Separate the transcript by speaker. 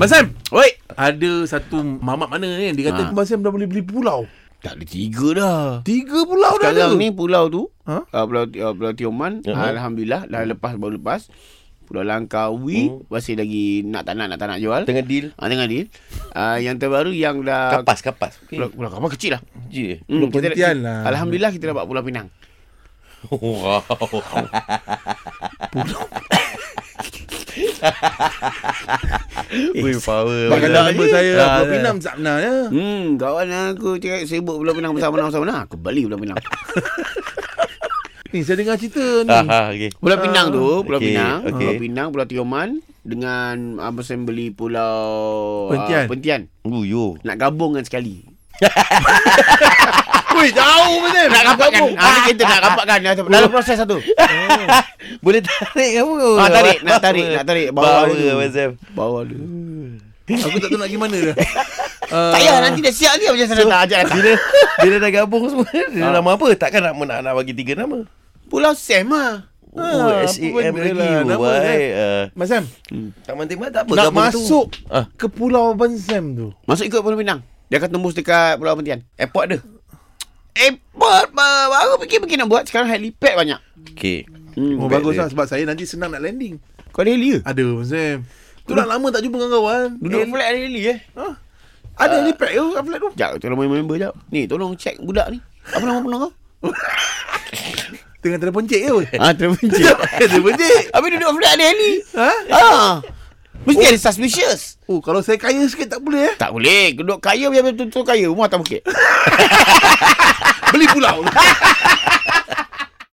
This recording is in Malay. Speaker 1: Mas Sam, oi. Ada satu mamat mana ni dia kata ha. Mas Sam dah boleh beli pulau.
Speaker 2: Tak ada tiga dah.
Speaker 1: Tiga pulau
Speaker 2: Sekarang
Speaker 1: dah ada.
Speaker 2: ni pulau tu,
Speaker 1: Ha?
Speaker 2: ha? uh, pulau uh, pulau Tioman,
Speaker 3: Ya.
Speaker 2: uh-huh. alhamdulillah dah lepas baru lepas. Pulau Langkawi
Speaker 3: Hmm.
Speaker 2: masih lagi nak tak nak nak tak nak jual.
Speaker 3: Tengah deal.
Speaker 2: Ah tengah deal. Ah yang terbaru yang dah
Speaker 3: Kapas, kapas.
Speaker 2: Pulau,
Speaker 3: Okay.
Speaker 2: pulau kapal kecil lah.
Speaker 3: Je.
Speaker 2: Hmm,
Speaker 1: Pulau Pontian lah.
Speaker 2: Alhamdulillah kita dapat Pulau Pinang.
Speaker 3: Wow. Wih, power.
Speaker 1: Bang
Speaker 2: Bang,
Speaker 1: kata
Speaker 2: dah
Speaker 1: nombor
Speaker 2: je.
Speaker 1: saya
Speaker 3: Dah,
Speaker 1: Pulau
Speaker 3: dah.
Speaker 1: Pinang sebenarnya.
Speaker 2: Hmm, kawan aku cakap sibuk Pulau Pinang bersama mana bersama mana. Aku balik Pulau Pinang.
Speaker 1: Ni saya dengar cerita ni.
Speaker 3: Ah, ah, okay.
Speaker 2: Pulau Pinang
Speaker 1: Ah.
Speaker 2: tu, Pulau
Speaker 3: Okey,
Speaker 2: Pinang,
Speaker 3: okey.
Speaker 2: Pulau Pinang, Pulau Tioman dengan apa saya beli Pulau ah,
Speaker 1: Pentian.
Speaker 2: Pentian.
Speaker 3: Uh, yo.
Speaker 2: Nak gabung kan sekali.
Speaker 1: Weh, jauh Mas Sam.
Speaker 2: Nak rapatkan. Ah, kita nak rapatkan dalam proses satu.
Speaker 3: Boleh tarik kamu.
Speaker 2: Ah, tarik, nak tarik, nak tarik. Bawa
Speaker 3: Bawa
Speaker 2: dulu.
Speaker 3: Abang Sam.
Speaker 2: Bawa dulu.
Speaker 1: Aku tak tahu nak pergi mana dah. Uh,
Speaker 2: Tak payah nanti dah siap dia macam sana nak ajak datang.
Speaker 3: Bila bila dah gabung semua, dia dah nama apa? Takkan nak nak, nak bagi tiga nama.
Speaker 2: Pulau Sam ah.
Speaker 3: Oh,
Speaker 1: apa
Speaker 3: SAM
Speaker 1: benda
Speaker 3: lagi.
Speaker 1: lah,
Speaker 3: Lah,
Speaker 1: nama dia. Mas Sam,
Speaker 3: tak mantik-mantik tak apa.
Speaker 1: nak
Speaker 3: gabung
Speaker 1: masuk
Speaker 3: Tu. Ah,
Speaker 1: ke pulau Abang Sam tu.
Speaker 2: Masuk ikut Pulau Pinang. Dia akan tembus dekat Pulau Pentian.
Speaker 3: airport dia.
Speaker 2: Airport ba- baru fikir-fikir nak Eh, buat sekarang helipad banyak.
Speaker 3: Okay.
Speaker 2: Hmm.
Speaker 1: Oh,
Speaker 3: Baik
Speaker 1: bagus
Speaker 3: dia.
Speaker 1: lah sebab saya nanti senang nak landing.
Speaker 2: Kau ada heli ke?
Speaker 1: Ada Abang Sam. Tu dah lama tak jumpa dengan kawan. ha?
Speaker 2: Duduk flat ada heli eh.
Speaker 1: Ada helipad ke kat flat tu?
Speaker 2: Jap, tolong member jap. Ni, tolong cek budak ni. Apa nama penuh kau?
Speaker 1: Tengah telefon cik ke? weh?
Speaker 2: Ah, terpencil.
Speaker 1: Telefon cik.
Speaker 2: Habis duduk flat ada heli.
Speaker 1: Ha?
Speaker 2: Ah. Mesti ada suspicious.
Speaker 1: Oh, kalau saya kaya sikit tak boleh eh.
Speaker 2: Tak boleh. Duduk kaya biar betul-betul kaya. Rumah tak bukit.
Speaker 1: Beli pulau.